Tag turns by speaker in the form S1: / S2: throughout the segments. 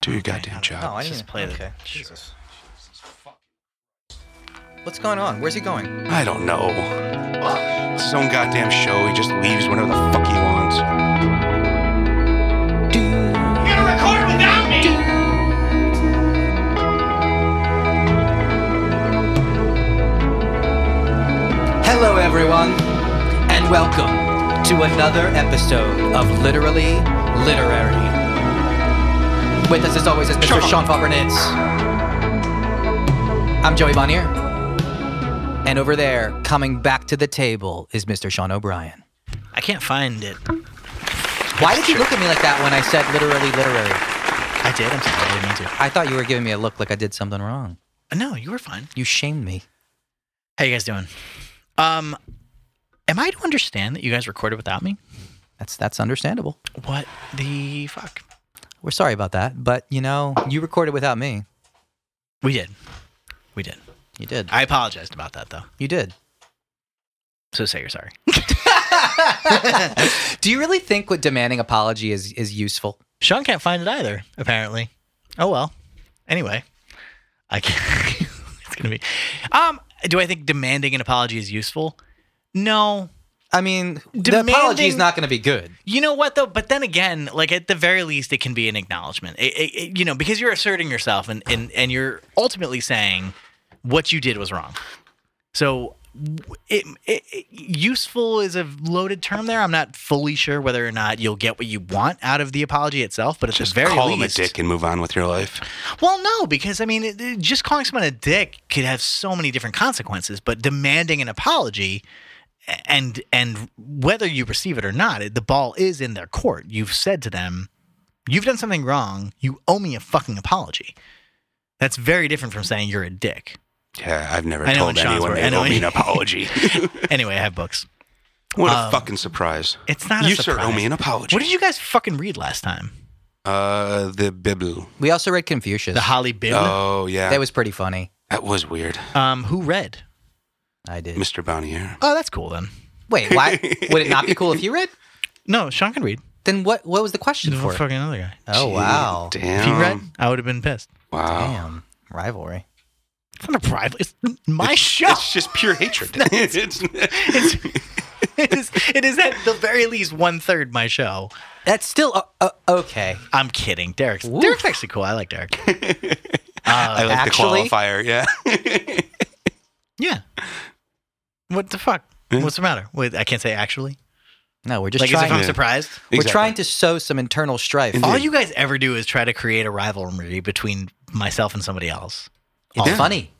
S1: Do your goddamn job.
S2: Oh, I
S3: Let's
S2: need
S3: just
S2: to-
S3: play the-
S2: Okay. Jesus. What's going on? Where's he going?
S1: I don't know. It's his own goddamn show. He just leaves whenever the fuck he wants.
S4: You're gonna record without me!
S2: Hello, everyone, and welcome to another episode of Literally Literary. With us, as always, is Mr. Sean Fabernitz. I'm Joey Bonnier. And over there, coming back to the table, is Mr. Sean O'Brien.
S3: I can't find it.
S2: Why did you look at me like that when I said literally literary?
S3: I did. I'm sorry. I didn't mean
S2: I thought you were giving me a look like I did something wrong.
S3: to. No, you were fine.
S2: You shamed me.
S3: How you guys doing? Um, am I to understand that you guys recorded without me?
S2: That's that's understandable.
S3: What the fuck?
S2: We're sorry about that, but you know, you recorded without me.
S3: We did. We did.
S2: You did.
S3: I apologized about that though.
S2: You did.
S3: So say you're sorry.
S2: Do you really think what demanding apology is is useful?
S3: Sean can't find it either, apparently. Oh well. Anyway, I can't. it's gonna be. Um, do I think demanding an apology is useful? No.
S2: I mean, the apology is
S3: Demanding-
S2: not going to be good.
S3: You know what though? But then again, like at the very least, it can be an acknowledgement. It, it, it- you know, because you're asserting yourself and, and and you're ultimately saying what you did was wrong. So w- it, it, it- useful is a loaded term there. I'm not fully sure whether or not you'll get what you want out of the apology itself, but at
S1: Just
S3: the very
S1: call
S3: least,
S1: him a dick and move on with your life.
S3: Well, no, because I mean, it, it- just calling someone a dick could have so many different consequences. But demanding an apology, a- and and whether you receive it or not, it, the ball is in their court. You've said to them, "You've done something wrong. You owe me a fucking apology." That's very different from saying you're a dick.
S1: Yeah, I've never
S3: I know
S1: told
S3: in Sean's
S1: anyone
S3: world-
S1: they
S3: I know
S1: owe me an
S3: in-
S1: apology.
S3: Anyway, I have books.
S1: what a
S3: Um,
S1: fucking surprise.
S3: It's not.
S1: you
S3: a
S1: sir owe
S3: surprise.
S1: me an apology.
S3: What did you guys fucking read last time?
S1: Uh, the Bible.
S2: We also read Confucius.
S3: The Holly Bill.
S1: Oh yeah,
S2: that was pretty funny.
S1: that was weird,
S3: um, who read?
S2: I did.
S1: Mr. Bonnier.
S3: Oh, that's cool then.
S2: Wait, why would it not be cool if you read?
S3: No, Sean can read.
S2: Then what? What was the question for? it?
S3: fucking other guy.
S2: Oh wow!
S1: Damn.
S3: If he read, I would have been pissed.
S1: Wow.
S2: Damn, rivalry.
S3: It's not a private. It's my show.
S1: It's just pure hatred. It's-
S3: it, is, it is at the very least one third my show.
S2: That's still uh, uh, okay.
S3: I'm kidding. Derek's,
S2: Woo.
S3: Derek's actually cool. I like Derek. Uh,
S1: I like
S2: actually-
S1: the qualifier. Yeah.
S3: Yeah. What the fuck?
S1: Yeah.
S3: What's the matter? Wait, I can't say actually.
S2: No, we're just
S3: like, as
S2: trying.
S3: if I'm
S1: Yeah.
S3: surprised.
S2: We're
S1: Exactly.
S2: trying to sow some internal strife.
S1: Indeed.
S3: All you guys ever do is try to create a rivalry between myself and somebody else.
S2: It's
S1: Yeah.
S2: funny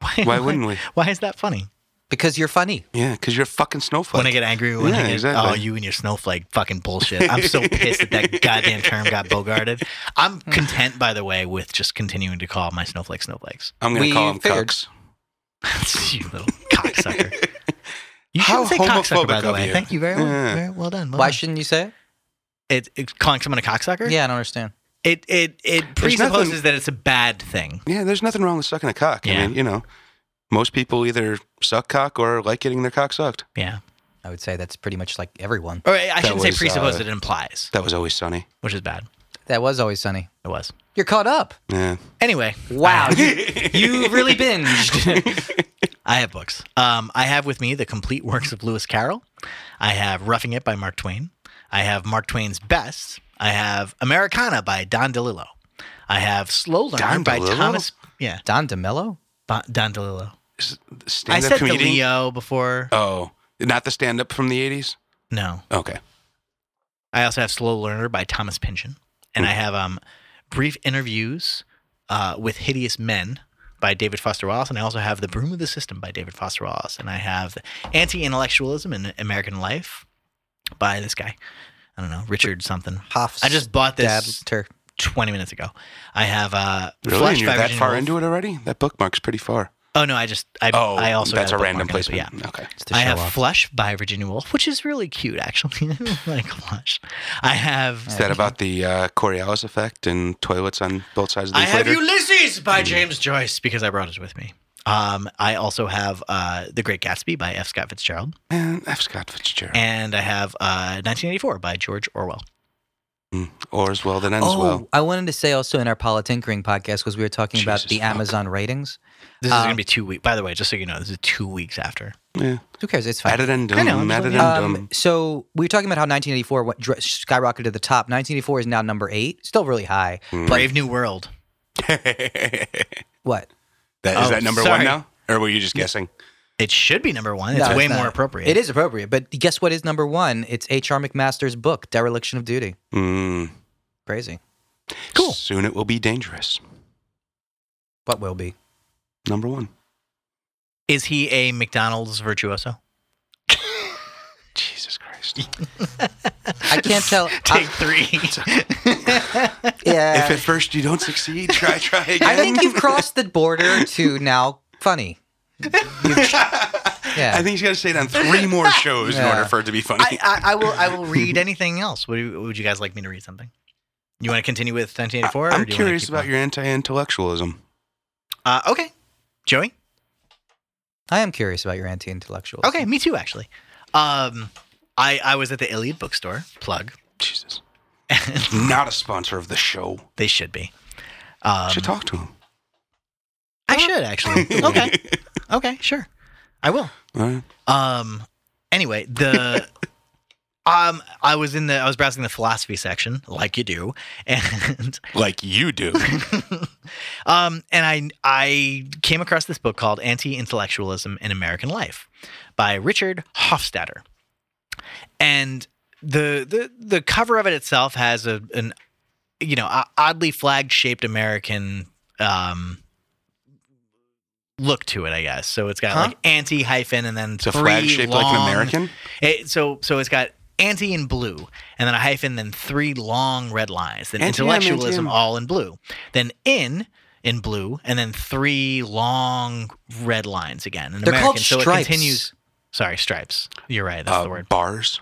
S3: Why,
S1: Why wouldn't we?
S3: Why is that funny?
S2: because you're funny.
S1: Yeah, because you're a fucking snowflake.
S3: when I get angry, when
S1: Yeah,
S3: I get,
S1: exactly.
S3: oh, you and your snowflake fucking bullshit. I'm so pissed that that goddamn term got bogarted. I'm content, by the way, with just continuing to call my snowflake snowflakes.
S1: I'm gonna
S2: We
S1: call him
S2: figured.
S1: cucks.
S3: you little cocksucker. You
S1: How
S3: shouldn't say cocksucker,
S1: homophobic
S3: by the
S1: of
S3: way.
S1: you.
S3: Thank you very much.
S1: Yeah.
S3: Very well done. Well
S2: Why
S3: done.
S2: shouldn't you say it?
S3: it, it- calling someone a cocksucker?
S2: Yeah, I don't understand.
S3: It it it
S1: There's nothing-
S3: presupposes that it's a bad thing.
S1: Yeah, there's nothing wrong with sucking a cock.
S3: Yeah.
S1: I mean, you know, most people either suck cock or like getting their cock sucked.
S3: Yeah.
S2: I would say that's pretty much like everyone.
S3: Or I I shouldn't say
S1: was,
S3: presupposes.
S1: uh,
S3: it implies,
S1: That was always sunny.
S3: which is bad.
S2: That was always sunny.
S3: It was.
S2: You're caught up.
S1: Yeah.
S3: Anyway.
S2: Wow,
S3: I-
S2: you, you really binged.
S3: I have books. Um, I have with me the complete works of Lewis Carroll. I have Roughing It by Mark Twain. I have Mark Twain's Best. I have Americana by Don DeLillo. I have Slow Learner
S1: Don
S3: by
S1: DeLillo?
S3: Thomas. Yeah,
S2: Don DeMello?
S3: Bo- Don DeLillo. I
S1: Stand
S3: said
S1: up comedian.
S3: DeLeo before.
S1: Oh, not the stand up from the 80s?
S3: No.
S1: Okay.
S3: I also have Slow Learner by Thomas Pynchon, and I have um, Brief Interviews uh, with Hideous Men by David Foster Wallace, and I also have The Broom of the System by David Foster Wallace, and I have Anti-Intellectualism in American Life by this guy. I don't know, Richard something.
S2: Hoffs.
S3: I just bought this
S2: Dabter.
S3: 20 minutes ago. I have uh,
S1: Really?
S3: Flesh
S1: And you're
S3: by
S1: that
S3: Virginia
S1: far
S3: Woolf.
S1: into it already? That bookmark's pretty far.
S3: Oh no, I just I,
S1: Oh,
S3: I also
S1: that's
S3: got
S1: a random
S3: bookmark in it,
S1: placement.
S3: but Yeah.
S1: Okay.
S2: It's to
S3: I
S2: show
S3: have
S2: off.
S3: Flush by Virginia Woolf, which is really cute, actually. like Flush. I have
S1: Is that about the uh, Coriolis effect and toilets on both sides of the
S3: I have
S1: equator?
S3: Ulysses by James Joyce because I brought it with me. Um, I also have uh, The Great Gatsby by F. Scott Fitzgerald,
S1: Man, F. Scott Fitzgerald.
S3: and I have uh, 1984 by George Orwell.
S1: Mm. Or as well that ends
S2: Oh,
S1: well.
S2: I wanted to say also in our politinkering podcast because we were talking about
S1: Jesus
S2: the
S1: fuck.
S2: Amazon ratings.
S3: This is gonna be two weeks. By the way, just so you know, this is two weeks after.
S1: Yeah.
S2: Who cares? It's fine.
S1: Addendum.
S3: I know, I'm just
S1: Addendum.
S3: letting you
S2: Um, so we were talking about how 1984 went, dr- skyrocketed to the top. 1984 is now number eight, still really high. But
S3: Brave New World.
S1: Mm.
S2: what?
S1: that, is
S3: Oh,
S1: that number
S3: sorry.
S1: one now? Or were you just guessing?
S3: It should be number one. It's
S2: No,
S3: way
S2: not.
S3: more appropriate.
S2: It is appropriate, but guess what is number one? It's H.R. McMaster's book, Dereliction of Duty.
S1: Mm.
S2: Crazy.
S3: Cool.
S1: Soon it will be dangerous.
S2: What will be?
S1: Number one.
S3: Is he a McDonald's virtuoso?
S1: Jesus Christ.
S2: I can't tell.
S3: Take
S2: I,
S3: three.
S2: yeah.
S1: if at first you don't succeed, try, try again.
S2: I think you've crossed the border to now funny. yeah.
S1: I think he's got to say it on three more shows in
S2: Yeah.
S1: order for it to be funny.
S3: I, I, I will. I will read anything else. Would you, would you guys like me to read something? You want to continue with 1984? or
S1: I'm
S3: do you wanna
S1: curious
S3: keep
S1: about
S3: going?
S1: your anti-intellectualism.
S3: Uh, okay, Joey.
S2: I am curious about your anti-intellectual.
S3: Okay, me too. Actually, um, I I was at the Iliad bookstore. Plug.
S1: Jesus. Not a sponsor of the show.
S3: They should be. Um,
S1: should talk to him.
S3: I should actually. Okay. okay. Sure. I will.
S1: All right.
S3: Um. Anyway, the um, I was in the I was browsing the philosophy section, like you do, and
S1: Like you do.
S3: um, and I I came across this book called Anti-Intellectualism in American Life by Richard Hofstadter, and the the the cover of it itself has a an you know o- oddly flag shaped American um look to it, I guess. So it's got
S2: Huh?
S3: like anti hyphen and then
S1: It's a
S3: three
S1: flag shaped like an
S3: long-
S1: American.
S3: it, so so it's got anti in blue, and then a hyphen, then three long red lines, then
S1: Anti-M,
S3: intellectualism
S1: anti-M.
S3: all in blue, then in in blue, and then three long red lines again. In
S2: They're
S3: American,
S2: called
S3: so
S2: stripes.
S3: it continues. Sorry, stripes. You're right. That's
S1: Uh,
S3: the word.
S1: bars.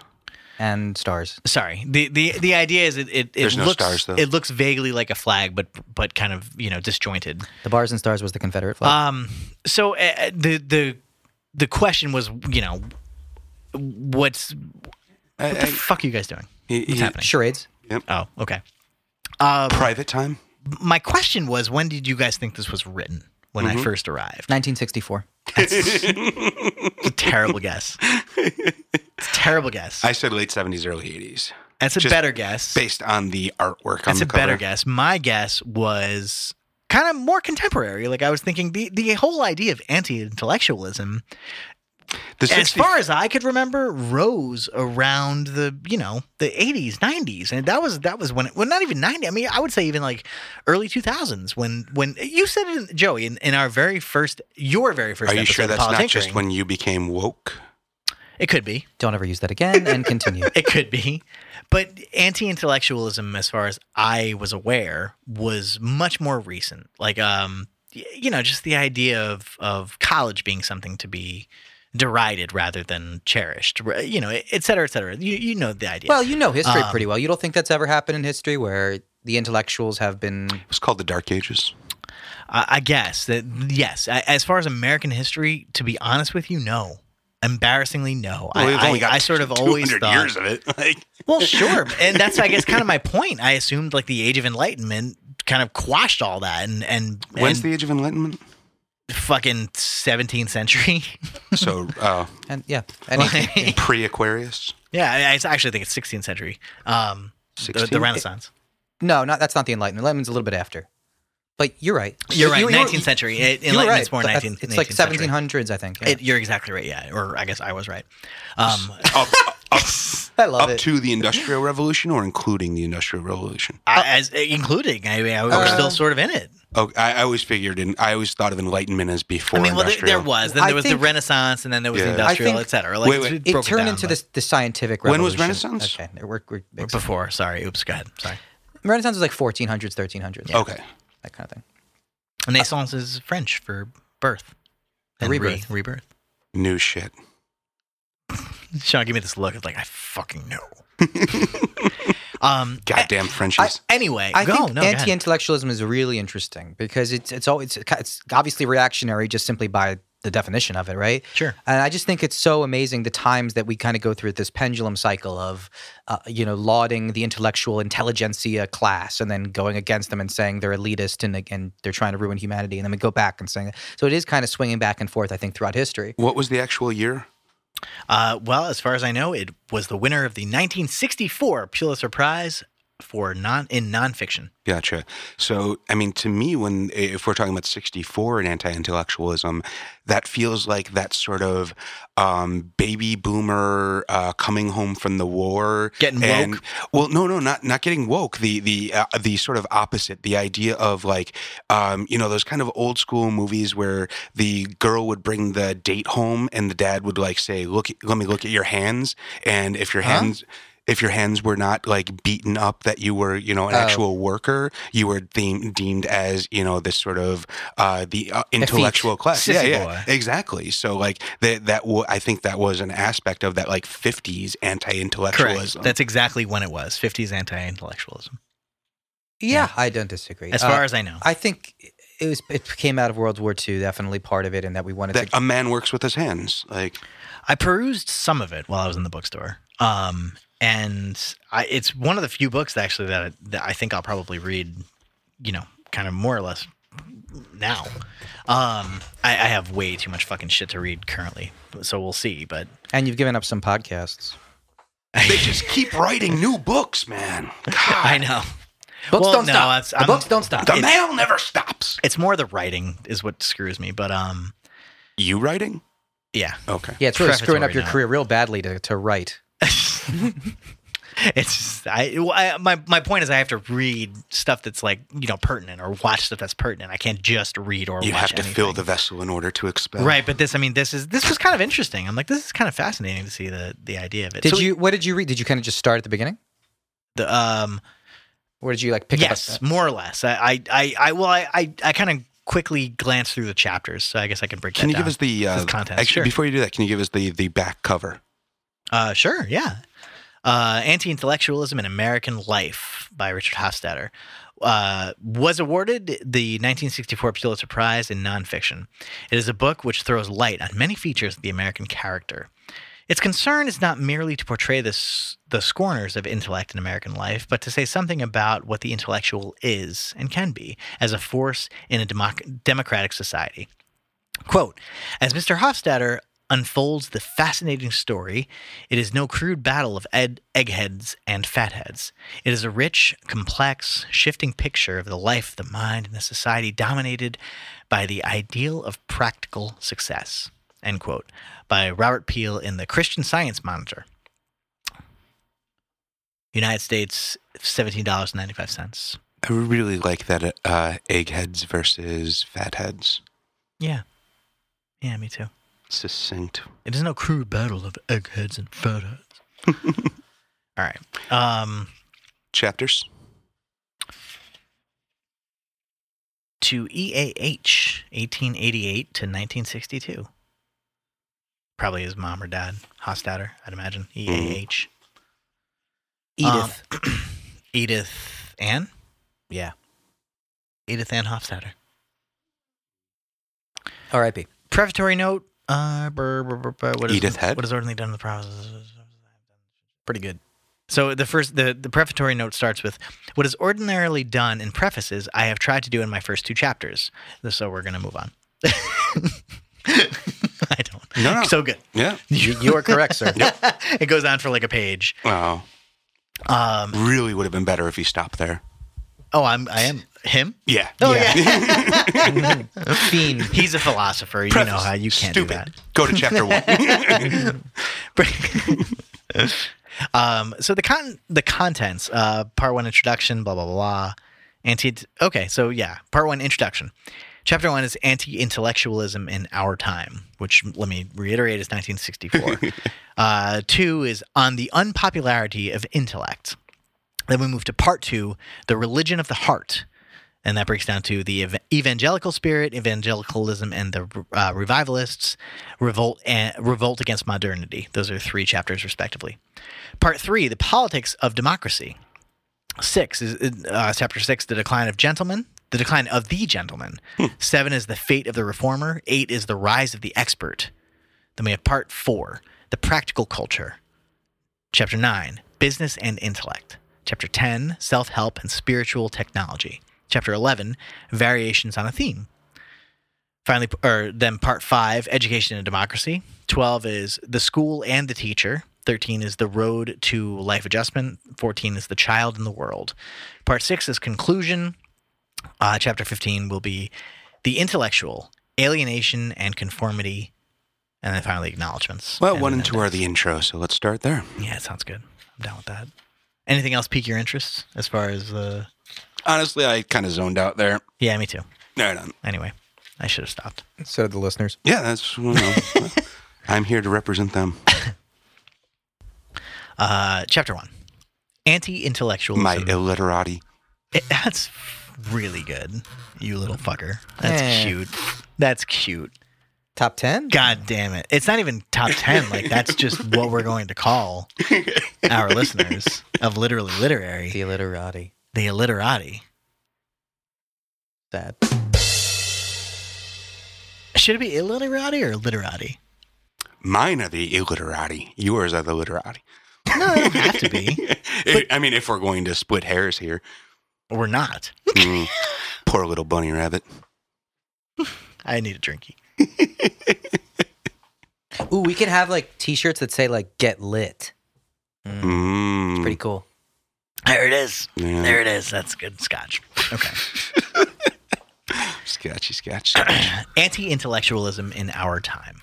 S2: And stars.
S3: Sorry. the the The idea is it it, it
S1: There's
S3: looks
S1: no stars, though.
S3: it looks vaguely like a flag, but but kind of you know disjointed.
S2: The bars and stars was the Confederate flag.
S3: Um. So uh, the the the question was you know what's
S1: I-
S3: what the
S1: I-
S3: fuck are you guys doing?
S1: Uh, he-
S3: What's
S1: he-
S3: happening?
S2: Charades.
S3: Oh, okay. Um,
S1: private time.
S3: my question was, when did you guys think this was written? When I
S1: Mhm.
S3: first arrived,
S2: 1964.
S3: it's a terrible guess. It's a terrible guess.
S1: I said late seventies, early eighties,
S3: That's a
S1: just
S3: better guess.
S1: based on the artwork. on
S3: That's
S1: the
S3: a better
S1: cover.
S3: guess. My guess was kind of more contemporary. Like I was thinking, the the whole idea of anti-intellectualism,
S1: The
S3: as
S1: 60
S3: far as I could remember, rose around the you know the eighties, nineties, and that was that was when it, well, not even ninety. I mean, I would say even like early two thousands when when you said it, in, Joey, in, in our very first, your very first.
S1: Are you
S3: episode
S1: sure
S3: of
S1: that's not just
S3: Politinkering.
S1: when you became woke?
S3: It could be.
S2: Don't ever use that again. And continue.
S3: It could be. But anti intellectualism, as far as I was aware, was much more recent. Like, um, y- you know, just the idea of, of college being something to be derided rather than cherished, r- you know, et cetera, et cetera. You, you know the idea.
S2: Well, you know history
S3: Um,
S2: pretty well. You don't think that's ever happened in history where the intellectuals have been.
S1: It was called the Dark Ages.
S3: I, I guess that, yes, I, as far as American history, to be honest with you, no. Embarrassingly, no.
S1: Well,
S3: I,
S1: we've
S3: I,
S1: only got
S3: I sort of always
S1: 200
S3: thought
S1: years of it. Like,
S3: Well, sure, and that's I guess kind of my point. I assumed like the Age of Enlightenment kind of quashed all that, and and
S1: when's
S3: and
S1: the Age of Enlightenment?
S3: fucking 17th century?
S1: So uh,
S2: And yeah. Any,
S3: Like,
S1: pre-Aquarius.
S3: yeah, I I actually think it's 16th century. Um, the- the,
S1: 16th?
S3: Renaissance.
S2: no, not that's not the Enlightenment. Enlightenment's a little bit after. But you're right.
S3: You're right.
S2: You- you-
S3: 19th century. It,
S2: you were
S3: Enlightenment's
S2: right.
S3: more
S2: But
S3: 19th.
S2: It's like
S3: 18th century.
S2: 1700s, I think. Yeah.
S3: It- you're exactly right. Yeah, or I guess I was right. Um,
S1: Up, up,
S2: I love
S1: up
S2: it.
S1: to the Industrial Revolution, or including the Industrial Revolution.
S3: I, as including, I mean, I, we're
S2: Uh,
S3: still sort of in it.
S1: Oh, I, I always figured, in, I always thought of Enlightenment as before
S3: I mean, well, there,
S1: Industrial.
S3: there was. Then
S2: I
S3: there was
S2: think-
S3: the Renaissance, and then there was
S1: Yeah. I
S3: the industrial,
S2: think-
S3: et cetera. Like,
S1: Wait,
S3: it's
S1: wait.
S3: broken
S2: it turned
S3: down,
S2: into
S3: but-
S2: the, the scientific
S1: When was
S2: revolution.
S1: Renaissance?
S2: Okay, we're, we're
S3: or before. Sorry, oops, go ahead. Sorry.
S2: Renaissance was like 1400s, 1300s,
S1: Okay.
S2: that kind of thing.
S3: Naissance is French for birth. And
S2: Rebirth.
S3: Re- rebirth.
S1: New shit.
S3: Sean, give me this look. It's like I fucking know. um.
S1: Goddamn Frenchies.
S3: Anyway,
S2: I
S3: go.
S2: think
S3: no, go ahead.
S2: anti-intellectualism is really interesting because it's it's always it's obviously reactionary just simply by the definition of it, right?
S3: Sure.
S2: And I just think it's so amazing the times that we kind of go through this pendulum cycle of, uh, you know, lauding the intellectual intelligentsia class and then going against them and saying they're elitist and, and they're trying to ruin humanity. And then we go back and saying, so it is kind of swinging back and forth, I think, throughout history.
S1: What was the actual year?
S3: Uh, well, as far as I know, it was the winner of the 1964 Pulitzer Prize for non in nonfiction.
S1: Gotcha. So, I mean, to me, when if we're talking about '64 and anti-intellectualism, that feels like that sort of um, baby boomer uh, coming home from the war,
S3: Getting woke?
S1: and- well, no, no, not not getting woke. The the uh, the sort of opposite. The idea of like, um, you know, those kind of old school movies where the girl would bring the date home and the dad would like say, "Look, let me look at your hands," and if your
S3: Uh-huh.
S1: hands. If your hands were not like beaten up, that you were, you know, an
S2: Oh.
S1: actual worker, you were deem- deemed as, you know, this sort of uh, the uh, intellectual class.
S3: Sissy
S1: yeah, yeah,
S3: boy.
S1: exactly. So like that, that w- I think that was an aspect of that like '50s anti-intellectualism.
S3: That's exactly when it was. 50s anti-intellectualism.
S2: Yeah, I don't disagree.
S3: As
S2: Uh,
S3: far as I know.
S2: I think it was it came out of World War II, definitely part of it, and that we wanted
S1: that
S3: uh,
S2: to.
S1: a man works with his hands. Like
S3: I perused some of it while I was in the bookstore. Um, and I, it's one of the few books actually that, that I think I'll probably read, you know, kind of more or less now. Um, I, I have way too much fucking shit to read currently, so we'll see. But
S2: And you've given up some podcasts.
S1: they just keep writing new books, man.
S3: I know
S2: Books
S3: Well,
S2: don't
S3: no,
S2: stop.
S3: it's-
S2: The
S3: I'm-
S2: books don't stop.
S1: The mail never stops.
S3: it's more the writing is what screws me. But um,
S1: You writing?
S3: yeah,
S1: Okay.
S2: yeah, it's really screwing up
S3: prefatory
S2: your
S3: note.
S2: career real badly to, to write.
S3: it's just, I, well, I my my point is I have to read stuff that's like you know pertinent or watch stuff that's pertinent. I can't just read or
S1: You
S3: watch
S1: have to
S3: anything.
S1: fill the vessel in order to expel.
S3: Right, but this, I mean, this is this was kind of interesting. I'm like, this is kind of fascinating to see the the idea of it.
S2: Did
S3: So,
S2: you? What did you read? Did you kind of just start at the beginning,
S3: The, um,
S2: or did you like pick
S3: yes,
S2: up?
S3: more or less. I, I, I, I well, I, I, I kind of quickly glanced through the chapters, so I guess I can break.
S1: Can
S3: that
S1: you give
S3: down.
S1: us the
S3: This
S1: uh,
S3: is content,
S1: Actually,
S3: sure.
S1: before you do that, can you give us the the back cover?
S3: Uh, sure, yeah. Uh, Anti Intellectualism in American Life by Richard Hofstadter uh, was awarded the 1964 Pulitzer Prize in Nonfiction. It is a book which throws light on many features of the American character. Its concern is not merely to portray this, the scorners of intellect in American life, but to say something about what the intellectual is and can be as a force in a democ- democratic society. Quote As Mr. Hofstadter unfolds the fascinating story, it is no crude battle of ed- eggheads and fatheads. It is a rich, complex, shifting picture of the life, the mind, and the society dominated by the ideal of practical success. End quote. By Robert Peel in the Christian Science Monitor. United States, $17.95.
S1: I really like that uh, eggheads versus fatheads.
S3: Yeah. Yeah, me too.
S1: Succinct.
S3: It is no crude battle of eggheads and fatheads. All right. Um,
S1: Chapters.
S3: to E EAH, 1888 to 1962. Probably his mom or dad, Hofstadter, I'd imagine. E EAH.
S2: Edith.
S3: Um, Edith Ann? Yeah. Edith Ann Hofstadter.
S2: R.I.P.
S3: Prefatory note. Uh, brr, brr, brr, brr, what is,
S1: Edith Head?
S3: What is ordinarily done in the process? Pretty good. So the first the, the prefatory note starts with what is ordinarily done in prefaces I have tried to do in my first two chapters. So we're gonna move on. I don't.
S1: No, no.
S3: So good.
S1: yeah.
S2: You, you are correct, sir.
S3: it goes on for like a page.
S1: Wow.
S3: Um,
S1: Really would have been better if you stopped there.
S3: oh, I'm I am him.
S1: Yeah.
S3: Oh yeah,
S2: Fiend.
S3: he's a philosopher. You know
S1: Preface.
S3: how you can't do
S1: Stupid.
S3: that.
S1: Go to chapter one.
S3: um, so the con the contents, uh, part one introduction, blah blah blah, blah. Anti. Okay, so yeah, part one introduction. Chapter one is anti-intellectualism in our time, which let me reiterate is 1964. uh, two is on the unpopularity of intellect. Then we move to part two, the religion of the heart. And that breaks down to the ev- evangelical spirit, evangelicalism, and the uh, revivalists, revolt and revolt against modernity. Those are three chapters, respectively. Part three: the politics of democracy. Six is uh, chapter six: the decline of gentlemen. the decline of the gentleman. Seven is the fate of the reformer. Eight is the rise of the expert. Then we have part four, the practical culture. Chapter nine, business and intellect. Chapter 10, self help and spiritual technology. Chapter 11, variations on a theme. Finally, or then part five, education and democracy. 12 is the school and the teacher. 13 is the road to life adjustment. 14 is the child and the world. Part six is conclusion. Uh, chapter 15 will be the intellectual, alienation, and conformity. And then finally, acknowledgments.
S1: Well, one
S3: then
S1: and two are the intro, so let's start there.
S3: yeah, it sounds good. I'm down with that. Anything else pique your interest as far as uh
S1: Honestly, I kind of zoned out there.
S3: Yeah, me too.
S1: No, no.
S3: Anyway, I should have stopped.
S2: So do the listeners.
S1: Yeah, that's. You know, I'm here to represent them.
S3: Uh chapter 1. Anti-intellectualism.
S1: My illiterati.
S3: It- that's really good. You little fucker. That's
S2: Eh.
S3: cute. That's cute.
S2: Top ten.
S3: God damn it. It's not even top 10. Like that's just what we're going to call our listeners of literally literary,
S2: The literati.
S3: the illiterati.
S2: Sad.
S3: Should it be illiterati or literati?
S1: Mine are the illiterati. Yours are the literati.
S3: No, it doesn't have to be.
S1: It- I mean, if we're going to split hairs here,
S3: We're not.
S1: Mm. poor little bunny rabbit.
S3: I need a drinky.
S2: Ooh, we could have like T-shirts that say like "Get Lit."
S1: Mm.
S2: Pretty cool.
S3: There it is.
S1: Yeah.
S3: There it is. That's good scotch. Okay.
S1: Sketchy, sketch. sketch.
S3: anti intellectualism in our time.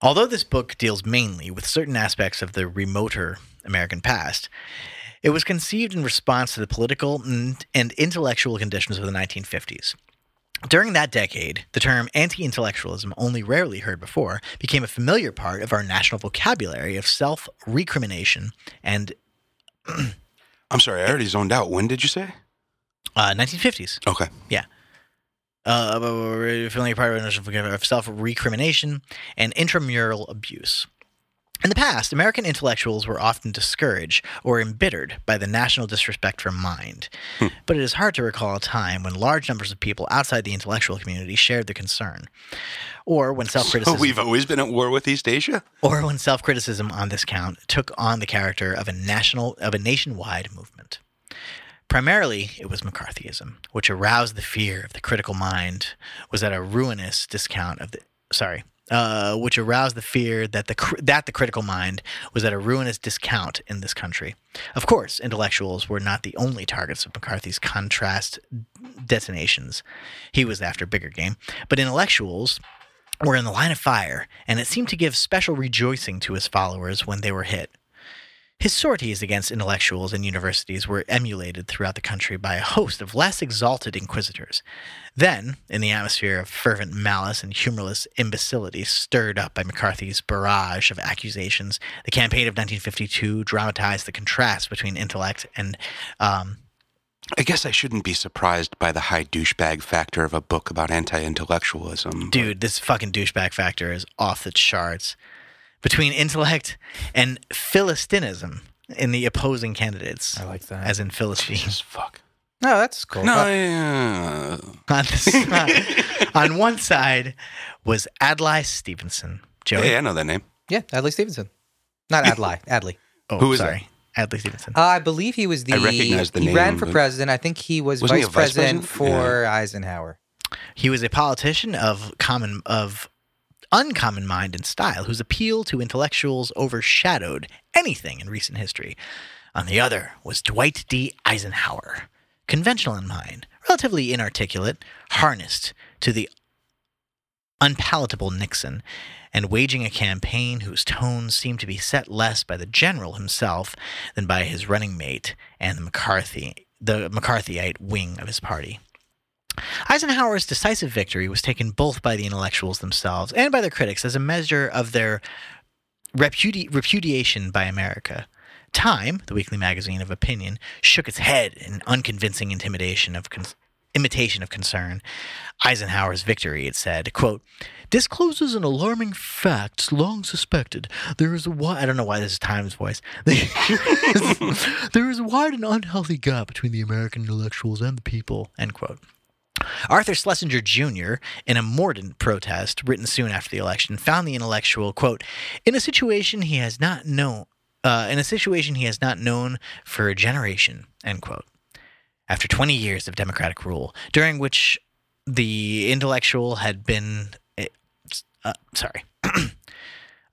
S3: Although this book deals mainly with certain aspects of the remoter American past, it was conceived in response to the political and, and intellectual conditions of the 1950s. During that decade, the term anti intellectualism, only rarely heard before, became a familiar part of our national vocabulary of self recrimination and
S1: I'm sorry, I already zoned out. When did you say?
S3: uh, 1950s.
S1: Okay.
S3: uh, feeling a part of an notion of self recrimination and intramural abuse. In the past, American intellectuals were often discouraged or embittered by the national disrespect for mind.
S1: Hmm.
S3: But it is hard to recall a time when large numbers of people outside the intellectual community shared the concern, or when self
S1: Oh,
S3: criticism
S1: we've always been at war with East Asia?
S3: or when self-criticism on this count took on the character of a national of a nationwide movement. Primarily, it was McCarthyism, which aroused the fear of the critical mind, was at a ruinous discount of the sorry, uh, which aroused the fear that the cr- that the critical mind was at a ruinous discount in this country. Of course, intellectuals were not the only targets of McCarthy's contrast detonations. He was after bigger game, but intellectuals were in the line of fire, and it seemed to give special rejoicing to his followers when they were hit. His sorties against intellectuals and universities were emulated throughout the country by a host of less exalted inquisitors. Then, in the atmosphere of fervent malice and humorless imbecility stirred up by McCarthy's barrage of accusations, the campaign of 1952 dramatized the contrast between intellect and um,
S1: I guess I shouldn't be surprised by the high douchebag factor of a book about anti intellectualism.
S3: dude, this fucking douchebag factor is off the charts. Between intellect and philistinism in the opposing candidates,
S2: like that.
S3: as in Philistine.
S1: Jesus fuck.
S2: no, that's cool.
S1: No,
S2: Uh,
S1: yeah.
S3: on, the side, on one side was Adlai Stevenson. Joey.
S1: Hey, I know that name.
S2: yeah, Adley Stevenson. Not Adlai. Adley.
S3: Oh,
S1: Who is
S3: sorry. Adlai Stevenson.
S2: Uh, I believe he was the.
S1: I recognize the
S2: he
S1: name,
S2: ran for
S1: but-
S2: president. I think he was
S1: Wasn't he
S2: vice,
S1: a vice
S2: president,
S1: president?
S2: for Eisenhower.
S3: He was a politician of common of uncommon mind and style, whose appeal to intellectuals overshadowed anything in recent history. On the other was Dwight D. Eisenhower, conventional in mind, relatively inarticulate, harnessed to the unpalatable Nixon, and waging a campaign whose tone seemed to be set less by the general himself than by his running mate and the McCarthy the McCarthyite wing of his party. Eisenhower's decisive victory was taken both by the intellectuals themselves and by their critics as a measure of their repudi- repudiation by America. Time, the weekly magazine of opinion, shook its head in unconvincing intimidation of cons- imitation of concern eisenhower's victory it said quote discloses an alarming fact long suspected there is a wide i don't know why this is times voice there is a wide and unhealthy gap between the american intellectuals and the people end quote Arthur Schlesinger Jr., in a Morden protest written soon after the election, found the intellectual, quote, in a situation he has not known, uh, in a situation he has not known for a generation, end quote. After 20 years of democratic rule, during which the intellectual had been, eh, uh, sorry,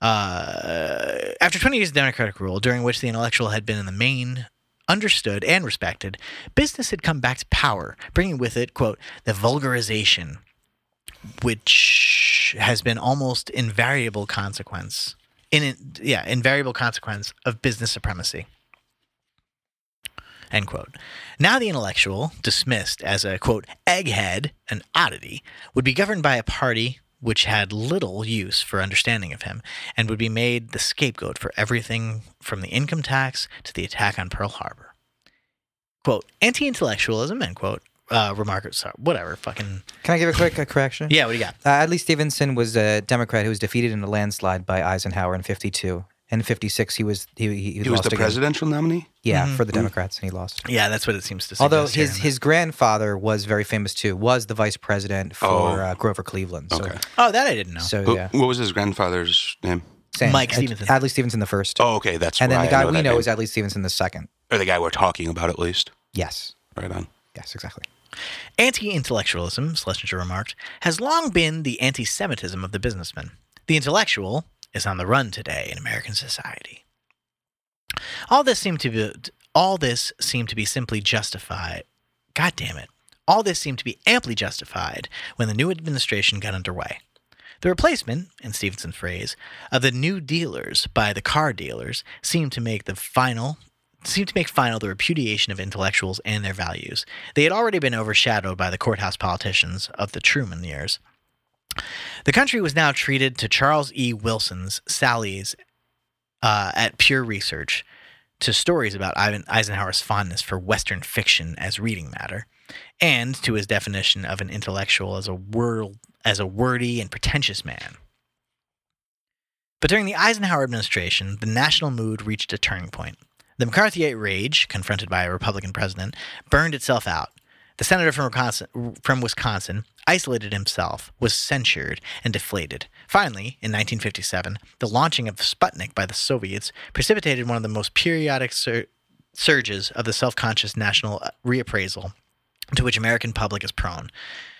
S3: uh, after 20 years of democratic rule, during which the intellectual had been in the main understood and respected, business had come back to power, bringing with it, quote, the vulgarization, which has been almost invariable consequence, in yeah, invariable consequence of business supremacy. End quote. Now the intellectual, dismissed as a quote egghead, an oddity, would be governed by a party which had little use for understanding of him and would be made the scapegoat for everything from the income tax to the attack on Pearl Harbor. Quote anti-intellectualism. End quote. Uh, remark. Sorry, whatever. Fucking
S2: Can I give a quick uh, correction?
S3: yeah. What do you got?
S2: Uh, Adlai Stevenson was a Democrat who was defeated in a landslide by Eisenhower in '52. In '56, he was he he,
S1: He was
S2: lost
S1: the
S2: again.
S1: presidential nominee.
S2: Yeah, for the Democrats, and he lost.
S3: Yeah, that's what it seems to.
S2: Although
S3: suggest here
S2: his
S3: in
S2: his grandfather was very famous too, was the vice president for
S1: Oh.
S2: uh, Grover Cleveland. So,
S1: Okay.
S3: the- oh, that I didn't know.
S2: so
S1: Who,
S2: yeah,
S1: What was his grandfather's name?
S2: Same.
S3: Mike
S2: Ad-
S3: Stevenson.
S2: Adlai Stevenson the first,
S1: Oh, okay, that's
S2: and then
S1: why
S2: the
S1: I
S2: guy we
S1: that
S2: know
S1: name.
S2: is Adlai Stevenson the second.
S1: or the guy we're talking about at least.
S2: Yes,
S1: Right on.
S2: yes, exactly.
S3: Anti intellectualism, Schlesinger remarked, has long been the anti Semitism of the businessman. The intellectual is on the run today in American society. All this seemed to be all this seemed to be simply justified. God damn it. All this seemed to be amply justified when the new administration got underway. The replacement, in Stevenson's phrase, of the new dealers by the car dealers seemed to make the final seemed to make final the repudiation of intellectuals and their values. They had already been overshadowed by the courthouse politicians of the Truman years. The country was now treated to Charles E. Wilson's sallies uh, at Pure Research, to stories about Ivan Eisenhower's fondness for Western fiction as reading matter, and to his definition of an intellectual as a world as a wordy and pretentious man. But during the Eisenhower administration, the national mood reached a turning point. The McCarthyite rage, confronted by a Republican president, burned itself out. The senator from Wisconsin, from Wisconsin isolated himself, was censured, and deflated. Finally, in 1957, the launching of Sputnik by the Soviets precipitated one of the most periodic sur- surges of the self conscious national uh, reappraisal to which American public is prone.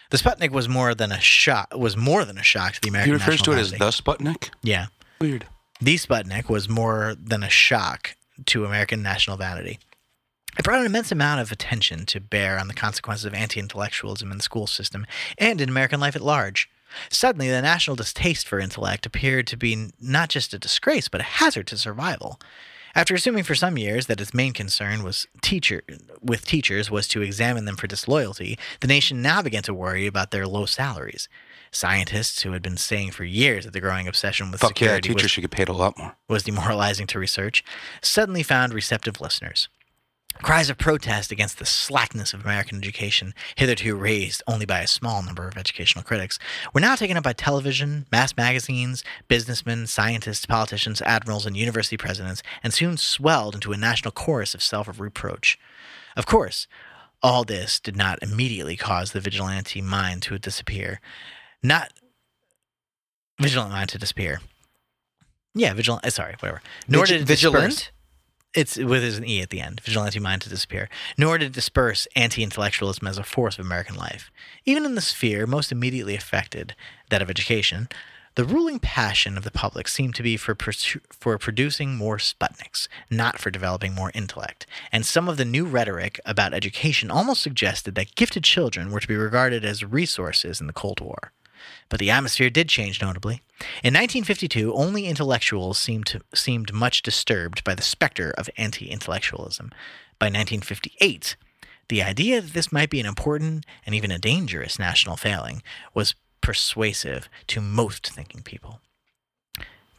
S3: The Sputnik was more than a shock. Was more than a shock to the American.
S1: He refers to it
S3: national
S1: as
S3: public.
S1: the Sputnik.
S3: Yeah.
S1: Weird.
S3: The Sputnik was more than a shock to American national vanity. It brought an immense amount of attention to bear on the consequences of anti intellectualism in the school system and in American life at large. Suddenly, the national distaste for intellect appeared to be not just a disgrace, but a hazard to survival. After assuming for some years that its main concern was teacher with teachers was to examine them for disloyalty, the nation now began to worry about their low salaries. Scientists who had been saying for years that the growing obsession with
S1: Fuck yeah,
S3: security
S1: teachers
S3: was
S1: should get paid a lot more.
S3: was demoralizing to research, suddenly found receptive listeners. Cries of protest against the slackness of American education, hitherto raised only by a small number of educational critics, were now taken up by television, mass magazines, businessmen, scientists, politicians, admirals, and university presidents, and soon swelled into a national chorus of self reproach. Of course, all this did not immediately cause the vigilante mind to disappear. Not vigilant mind to disappear. Yeah, vigilant. uh, Sorry, whatever. Nor
S2: Vigi-
S3: did it
S2: vigilant?
S3: disperse- It's with an e at the end. Vigilante mind to disappear. Nor did it disperse anti-intellectualism as a force of American life. Even in the sphere most immediately affected, that of education, the ruling passion of the public seemed to be for pursu- for producing more Sputniks, not for developing more intellect. And some of the new rhetoric about education almost suggested that gifted children were to be regarded as resources in the Cold War. But the atmosphere did change notably. In 1952, only intellectuals seemed to, seemed much disturbed by the specter of anti-intellectualism. By 1958, the idea that this might be an important and even a dangerous national failing was persuasive to most thinking people.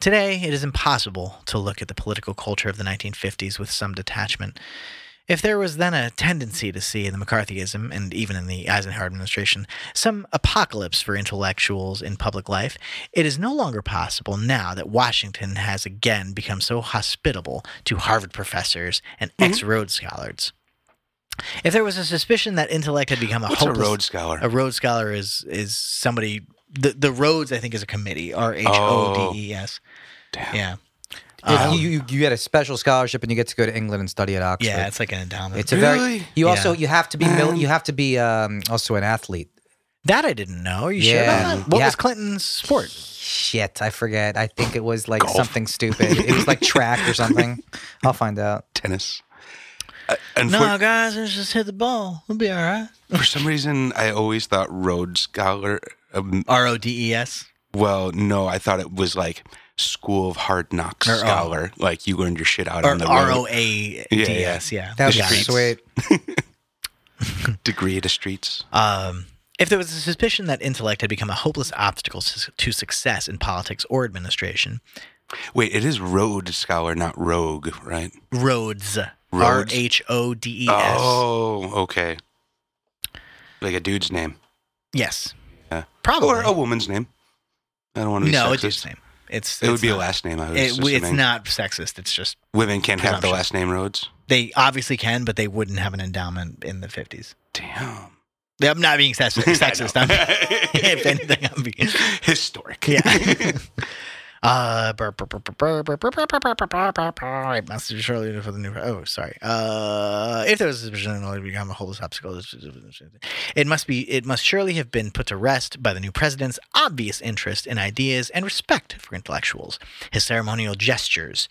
S3: Today, it is impossible to look at the political culture of the 1950s with some detachment. If there was then a tendency to see in the McCarthyism and even in the Eisenhower administration some apocalypse for intellectuals in public life, it is no longer possible now that Washington has again become so hospitable to Harvard professors and
S1: Mm-hmm.
S3: ex Rhodes scholars. If there was a suspicion that intellect had become a
S1: What's a
S3: hopeless,
S1: Rhodes Scholar?
S3: a Rhodes Scholar is is somebody. The the Rhodes I think is a committee. R H O D E S.
S1: Damn.
S3: Yeah.
S2: Yeah,
S3: Um,
S2: you, you you get a special scholarship and you get to go to England and study at Oxford.
S3: yeah, it's like an endowment.
S2: It's a very
S1: Really?
S2: you also
S3: Yeah.
S2: you have to be mil- you have to be um, also an athlete.
S3: that I didn't know. Are you sure
S2: Yeah.
S3: about that? What
S2: Yeah.
S3: was Clinton's sport?
S2: Shit, I forget. I think it was like
S1: Golf.
S2: something stupid. It was like track or something. I'll find out.
S1: Tennis. Uh, and
S3: No, guys, let's just hit the ball. We'll be all right.
S1: for, for some reason, I always thought Rhodes Scholar. Um,
S3: R O D E S.
S1: well, no, I thought it was like School of Hard Knocks
S3: Or, oh.
S1: Scholar. Like you learned your shit out
S3: Or
S1: on the
S3: R
S1: road,
S3: O A D S. Yeah.
S2: That was
S1: Yeah.
S2: sweet.
S1: degree to streets.
S3: Um, if there was a suspicion that intellect had become a hopeless obstacle s- to success in politics or administration,
S1: Wait, it is Rhodes Scholar, not Rogue, right?
S3: Rhodes, R
S1: Rhodes?
S3: H O D E S.
S1: Oh, okay. Like a dude's name
S3: Yes.
S1: Yeah.
S3: Probably.
S1: or a woman's name. I don't want to be
S3: no,
S1: sexist.
S3: it's his name. It's
S1: It would
S3: it's
S1: be
S3: not,
S1: a last name. I was
S3: It, w- it's
S1: assuming.
S3: not sexist. It's just
S1: Women can't have the
S3: presumption.
S1: last name Rhodes.
S3: they obviously can, but they wouldn't have an endowment in the fifties.
S1: Damn.
S3: I'm not being sexist. sexist. I'm, if anything, I'm being
S1: Historic.
S3: yeah. Uh, burp, burp, burp, burp, burp, burp, burp, burp, burp, burp, burp, burp, burp. It must be shortly for the new. Oh, sorry. Uh, if there was a suspicion that it would become a hopeless obstacle, it must be. It must surely have been put to rest by the new president's obvious interest in ideas and respect for intellectuals. His ceremonial gestures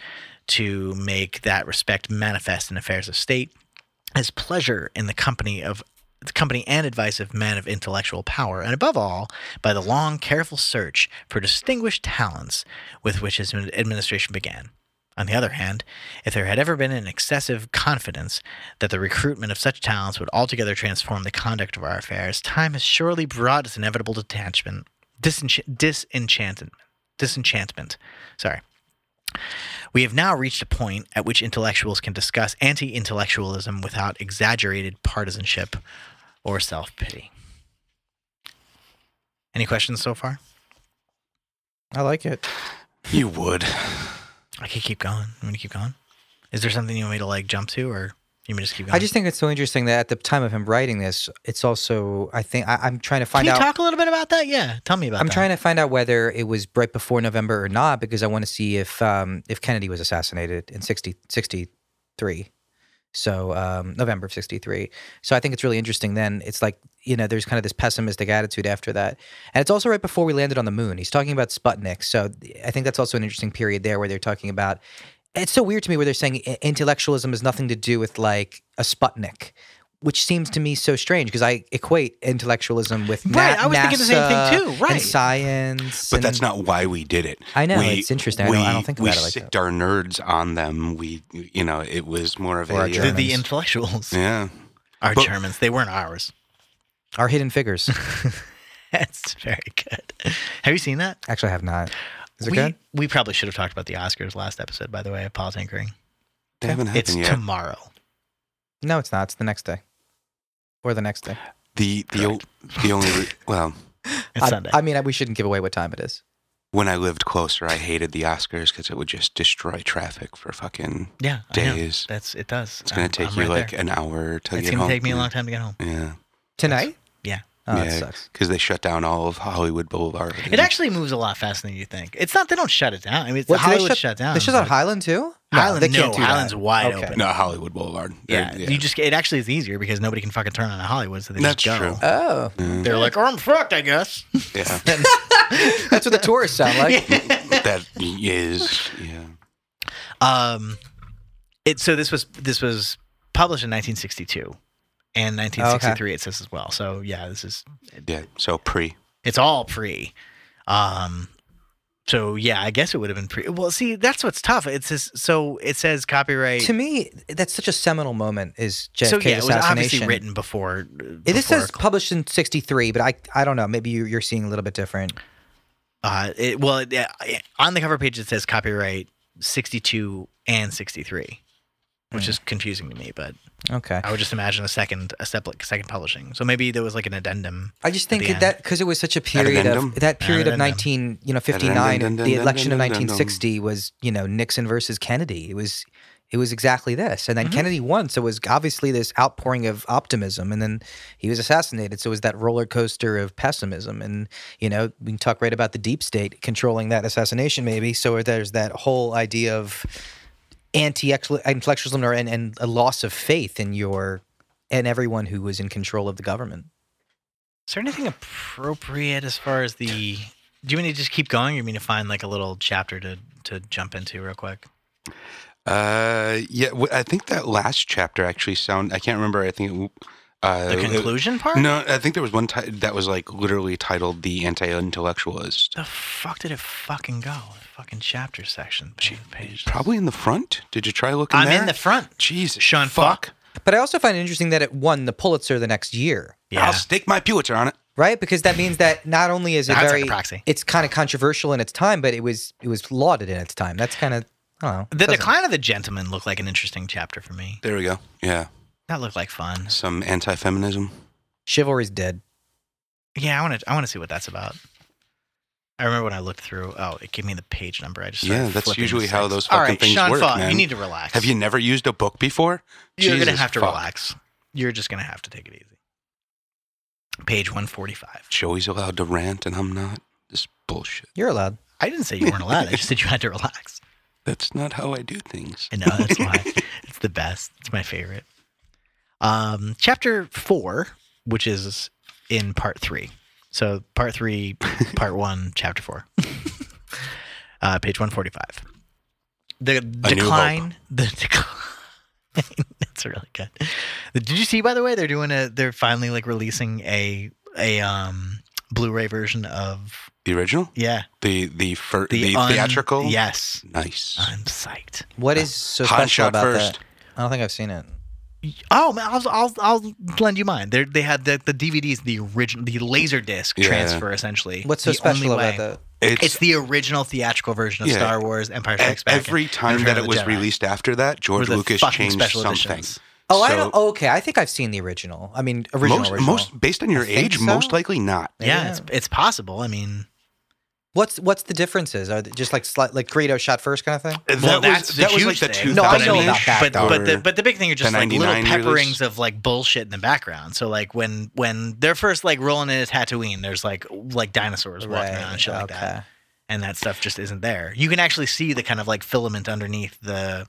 S3: to make that respect manifest in affairs of state, his pleasure in the company of the company and advice of men of intellectual power, and above all, by the long, careful search for distinguished talents with which his administration began. On the other hand, if there had ever been an excessive confidence that the recruitment of such talents would altogether transform the conduct of our affairs, time has surely brought its inevitable detachment, disench- disenchantment, disenchantment. Sorry. We have now reached a point at which intellectuals can discuss anti intellectualism without exaggerated partisanship or self pity. Any questions so far?
S2: I like it.
S1: You would.
S3: I could keep going. I'm going to keep going. Is there something you want me to like jump to or you want me to just keep going?
S2: I just think it's so interesting that at the time of him writing this, it's also I think I, I'm trying to
S3: Can
S2: find
S3: you
S2: out.
S3: talk a little bit about that? Yeah. Tell me about
S2: I'm
S3: that.
S2: trying to find out whether it was right before November or not because I want to see if um, if Kennedy was assassinated in 60, 63. So um, November of 63. So I think it's really interesting then. It's like, you know, there's kind of this pessimistic attitude after that. And it's also right before we landed on the moon. He's talking about Sputnik. So I think that's also an interesting period there where they're talking about it's so weird to me where they're saying i- intellectualism has nothing to do with like a Sputnik. Which seems to me so strange because I equate intellectualism with Na-
S3: Right, I was thinking the same thing
S2: NASA
S3: too,
S2: And
S3: right.
S2: science,
S1: But that's
S2: and-
S1: not why we did it.
S2: I know,
S1: We-
S2: it's interesting. I don't- I don't think
S1: we
S2: about it like
S1: sicked our nerds on them. We, you know, it was more of a.
S2: Or our
S3: The,
S1: uh,
S2: German.
S3: the intellectuals
S1: yeah.
S3: are
S1: But-
S3: Germans. They weren't ours.
S2: Our hidden figures.
S3: That's very good. Have you seen that?
S2: Actually, I have not. Is it
S3: we,
S2: good?
S3: we probably should have talked about the Oscars last episode, by the way. I pause anchoring.
S1: They haven't happened
S3: It's
S1: yet.
S3: tomorrow.
S2: No, it's not. It's the next day, or the next day.
S1: the the o- the only re- well,
S3: It's
S2: I,
S3: Sunday.
S2: I mean, I- we shouldn't give away what time it is.
S1: when I lived closer, I hated the Oscars because it would just destroy traffic for fucking
S3: yeah. I know.
S1: days.
S3: That's it does.
S1: It's gonna
S3: I'm-
S1: take
S3: I'm
S1: you
S3: right
S1: like
S3: there.
S1: an hour to
S3: it's
S1: get
S3: gonna
S1: home.
S3: take me a long time to get home.
S1: Yeah,
S2: Tonight?
S3: yeah.
S2: Oh, that
S1: Yeah.
S2: sucks.
S1: because they shut down all of Hollywood Boulevard.
S3: It actually moves a lot faster than you think. It's not they don't shut it down. I mean, it's
S2: What, do
S3: Hollywood
S2: they shut,
S3: shut down.
S2: They shut
S3: but
S2: out Highland too. No,
S3: Highland-
S2: they
S3: Oh, no,
S2: can't do that.
S3: Highland's wide
S2: Okay.
S3: open.
S1: no Hollywood Boulevard.
S3: Yeah,
S1: They're-
S3: you just it actually is easier because nobody can fucking turn on a Hollywood, so they
S1: That's
S3: just go.
S1: true.
S2: Oh,
S3: They're like, "Oh, I'm fucked, I guess."
S1: Uh, yeah.
S2: that's what the tourists sound like.
S1: that is yeah.
S3: um, it so this was this was published in 1962 and
S2: Oh,
S3: 1963. It says as well. So yeah, this is
S1: Yeah. So pre.
S3: It's all pre. Um, so yeah, I guess it would have been pre. Well, see, that's what's tough. It says so. It says copyright.
S2: to me, that's such a seminal moment. Is JFK
S3: so yeah, it was obviously
S2: assassination?
S3: written before.
S2: It-
S3: before
S2: This says published in '63, but I I don't know. Maybe you, you're seeing a little bit different.
S3: Uh, it, well, it, yeah, on the cover page it says copyright sixty two and sixty three. which
S2: Hmm.
S3: is confusing to me. But
S2: Okay.
S3: I would just imagine a second a step like second publishing. So maybe there was like an addendum.
S2: I just
S3: at
S2: think
S3: the
S2: that
S3: end.
S2: that because it was such a period
S1: Addendum?
S2: of that period of
S3: Addendum.
S2: nineteen, you know, fifty nine,
S1: Addendum.
S2: the election of
S1: Addendum.
S2: nineteen sixty was, you know, Nixon versus Kennedy. It was, it was exactly this, and then
S3: Mm-hmm.
S2: Kennedy won, so it was obviously this outpouring of optimism, and then he was assassinated, so it was that roller coaster of pessimism, and you know, we can talk right about the deep state controlling that assassination, maybe. So there's that whole idea of anti-intellectualism or and, and a loss of faith in your and everyone who was in control of the government.
S3: Is there anything appropriate as far as the? Do you mean to just keep going? Or you mean to find like a little chapter to to jump into real quick?
S1: Uh, yeah, w- I think that last chapter actually sound. I can't remember. I think it, uh,
S3: The conclusion part.
S1: No, I think there was one ti- that was like literally titled "The Anti-Intellectualist."
S3: The fuck did it fucking go? The fucking chapter section page. page.
S1: Probably in the front. Did you try looking?
S3: I'm
S1: there?
S3: in the front.
S1: Jesus,
S3: Sean
S1: fuck.
S3: Fuck.
S2: But I also find it interesting that it won the Pulitzer the next year,
S1: I'll stake my Pulitzer on it.
S2: right? Because that means that not only is it
S3: That's like a
S2: very
S3: proxy.
S2: it's kind of controversial in its time, but it was it was lauded in its time. That's kind of I don't know.
S3: The
S2: doesn't-
S3: decline of the gentleman looked like an interesting chapter for me.
S1: There we go. Yeah,
S3: That looked like fun.
S1: some anti-feminism.
S2: Chivalry's dead.
S3: Yeah, I want to. I want to see what that's about. I remember when I looked through. Oh, it gave me the page number. I just started
S1: Yeah, that's
S3: flipping
S1: usually
S3: to
S1: how
S3: six.
S1: those
S3: All
S1: fucking
S3: right,
S1: things
S3: Sean
S1: work,
S3: Faugh,
S1: man.
S3: You need to relax.
S1: Have you never used a book before?
S3: You're gonna
S1: Jesus,
S3: have to
S1: fuck.
S3: relax. You're just gonna have to take it easy. Page one forty five.
S1: Joey's allowed to rant and I'm not. This bullshit.
S2: You're allowed.
S3: I didn't say you weren't allowed. I just said you had to relax.
S1: That's not how I do things.
S3: I know that's why it's the best. It's my favorite. Um, chapter four, which is in part three. So part three, part one, chapter four, uh, page one forty-five. The
S1: Hope.
S3: decline. The decline. that's really good. Did you see? By the way, they're doing a. They're finally like releasing a a um Blu-ray version of
S1: The original?
S3: yeah
S1: The the fir-
S3: the,
S1: the,
S3: un- Uh-huh.
S1: theatrical?
S3: Yes,
S1: Nice.
S3: I'm psyched.
S2: What is so
S1: Hot
S2: special
S1: shot
S2: about
S1: first.
S2: that? I don't think I've seen it.
S3: Oh, man, I'll, I'll I'll lend you mine. They they had the, the DVDs, the original, the laser disc
S1: Yeah.
S3: transfer essentially.
S2: What's so
S3: The
S2: special
S3: only
S2: about
S3: way.
S2: that?
S1: It's,
S3: It's, the original theatrical version of
S1: Yeah.
S3: Star Wars: Empire
S1: e-
S3: Strikes Back.
S1: every
S3: and
S1: time
S3: Return
S1: that
S3: of
S1: it
S3: the
S1: was
S3: Jedi
S1: released after that, George
S3: were the
S1: Lucas
S3: fucking
S1: changed
S3: special
S1: something.
S3: editions.
S2: Oh, I
S1: So-
S2: don't. oh, okay, I think I've seen the original. I mean, original.
S1: most,
S2: original.
S1: most based on your
S2: think
S1: age,
S2: so.
S1: most likely not.
S2: Maybe
S3: Yeah,
S2: not.
S3: it's it's possible. I mean,
S2: What's what's the differences? Are they just like slight, like Greedo shot first kind of thing?
S1: that
S3: well,
S1: was
S3: that's the
S1: that was
S3: huge
S1: like the
S3: thing.
S1: two
S2: No, I
S1: thousand
S2: know about that,
S3: But
S1: though.
S3: but the but the big thing are just
S1: The
S3: like little
S1: 99
S3: pepperings
S1: release.
S3: of like bullshit in the background. So like when when they're first like rolling into Tatooine, there's like like dinosaurs walking around and shit like that. and that stuff just isn't there. You can actually see the kind of like filament underneath the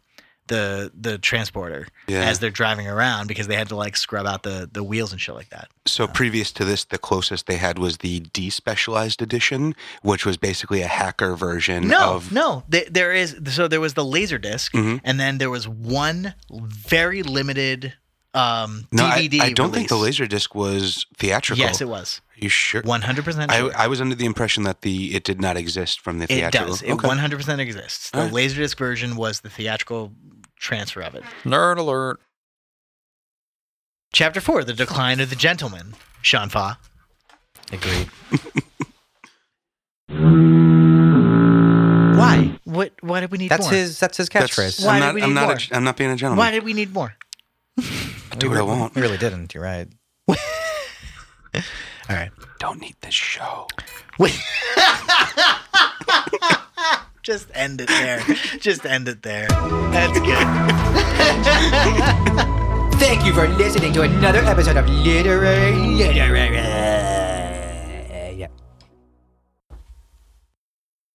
S3: the the transporter
S1: Yeah.
S3: as they're driving around because they had to like scrub out the the wheels and shit like that.
S1: So previous to this, the closest they had was the despecialized edition, which was basically a hacker version
S3: No,
S1: of
S3: no, th- there is so there was the laser disk
S1: Mhm.
S3: and then there was one very limited um
S1: No, I,
S3: DVD
S1: I don't think the
S3: release.
S1: Laserdisc was theatrical.
S3: Yes, it was.
S1: you sure?
S3: 100%
S1: I,
S3: sure.
S1: I was under the impression that the it did not exist from the
S3: it
S1: theatrical.
S3: does. It
S1: Okay.
S3: 100% exists. The
S1: All right.
S3: laserdisc version was the theatrical transfer of it.
S5: Nerd alert.
S3: Chapter 4, The Decline of the Gentleman. Sean Fa.
S2: Agreed.
S3: Why? What why did we need
S2: That's
S3: more?
S2: his. That's his
S1: That's-
S2: catchphrase.
S1: I'm
S3: Why did
S1: not.
S3: we
S1: I'm
S3: need
S1: not.
S3: more?
S1: A, gen- I'm not being a gentleman.
S3: Why did we need more?
S1: I do what I want.
S2: Really didn't. You're right.
S3: All right.
S1: Don't need this show.
S3: Just end it there. Just end it there. That's good.
S2: Thank you for listening to another episode of Literary Literary.